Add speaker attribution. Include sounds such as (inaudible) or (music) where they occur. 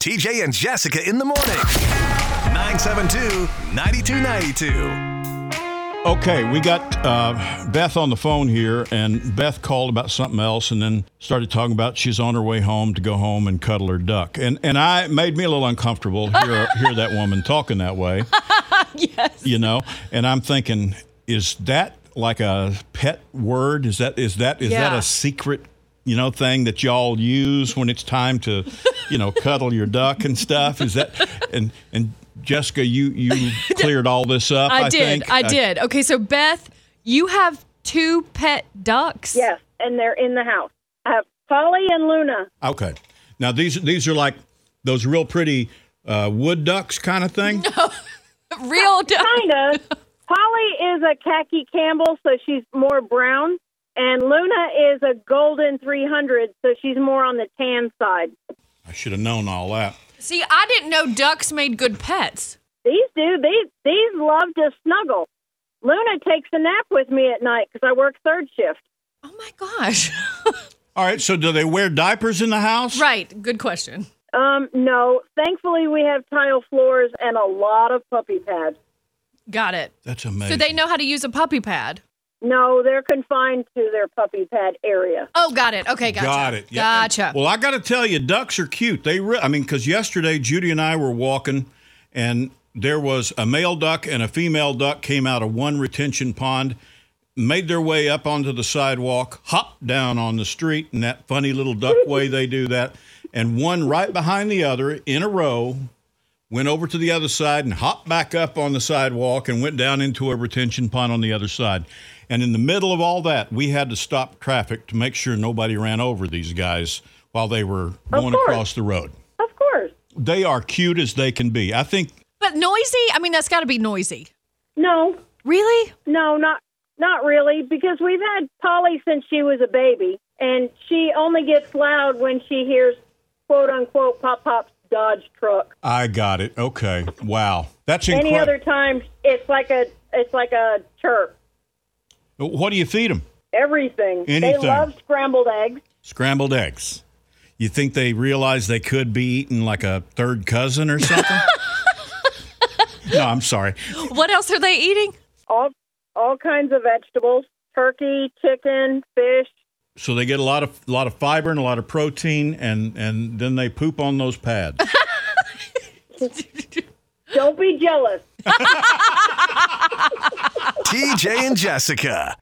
Speaker 1: TJ and Jessica in the morning. 972 9292.
Speaker 2: Okay, we got uh, Beth on the phone here, and Beth called about something else, and then started talking about she's on her way home to go home and cuddle her duck, and and I made me a little uncomfortable
Speaker 3: (laughs)
Speaker 2: hear hear that woman talking that way,
Speaker 3: yes.
Speaker 2: you know, and I'm thinking, is that like a pet word? Is that is that is that
Speaker 3: Yeah.
Speaker 2: a secret? You know, thing that y'all use when it's time to, you know, cuddle your duck and stuff. Is that and and Jessica, you
Speaker 3: (laughs)
Speaker 2: you cleared all this up.
Speaker 3: I, did.
Speaker 2: think.
Speaker 3: I did. Okay, so Beth, you have two pet ducks.
Speaker 4: Yes, and they're in the house. I have Polly and Luna.
Speaker 2: Okay. Now these these are like those real pretty uh, wood ducks kind of
Speaker 3: (laughs)
Speaker 2: thing.
Speaker 3: Real duck.
Speaker 4: Kind of. Polly is a khaki Campbell, so she's more brown. And Luna is a golden 300, so she's more on the tan side.
Speaker 2: I should have known all that.
Speaker 3: See, I didn't know ducks made good pets.
Speaker 4: These do. These, these love to snuggle. Luna takes a nap with me at night because I work third shift.
Speaker 3: Oh my gosh. (laughs)
Speaker 2: All right. So do they wear diapers in the house?
Speaker 3: right. Good question.
Speaker 4: Um, no. Thankfully, we have tile floors and a lot of puppy pads.
Speaker 3: Got it.
Speaker 2: That's amazing.
Speaker 3: So they know how to use a puppy pad.
Speaker 4: No, they're confined to their puppy pad area.
Speaker 3: Oh, got it. Okay, gotcha.
Speaker 2: Got it. Yeah.
Speaker 3: Gotcha.
Speaker 2: Well, I got to tell you, ducks are cute. They, re- I mean, because yesterday Judy and I were walking, and there was a male duck and a female duck came out of one retention pond, made their way up onto the sidewalk, hopped down on the street in that funny little duck way they do that, and one right behind the other in a row. Went over to the other side and hopped back up on the sidewalk and went down into a retention pond on the other side. And in the middle of all that, we had to stop traffic to make sure nobody ran over these guys while they were going
Speaker 4: course.
Speaker 2: across the road.
Speaker 4: Of course.
Speaker 2: They are cute as they can be. I think
Speaker 3: but noisy? I mean, that's got to be noisy.
Speaker 4: No,
Speaker 2: (laughs)
Speaker 3: Really?
Speaker 4: No, not not really, because we've had Polly since she was a baby, and she only gets loud when she hears "quote unquote" Pop Pop's Dodge truck.
Speaker 2: I got it. Okay. Wow. That's
Speaker 4: Any other
Speaker 2: incredible.
Speaker 4: time, it's like a it's like a chirp.
Speaker 2: What do you feed them?
Speaker 4: Everything.
Speaker 2: Anything.
Speaker 4: They love scrambled eggs.
Speaker 2: Scrambled eggs. You think they realize they could be eating like a third cousin or
Speaker 4: (laughs)
Speaker 2: something? no, I'm sorry.
Speaker 3: What else are they eating?
Speaker 4: All all kinds of vegetables: turkey, chicken, fish.
Speaker 2: So they get a lot of lot of fiber and a lot of protein, and and then they poop on those pads.
Speaker 4: Don't be jealous.
Speaker 1: TJ and Jessica.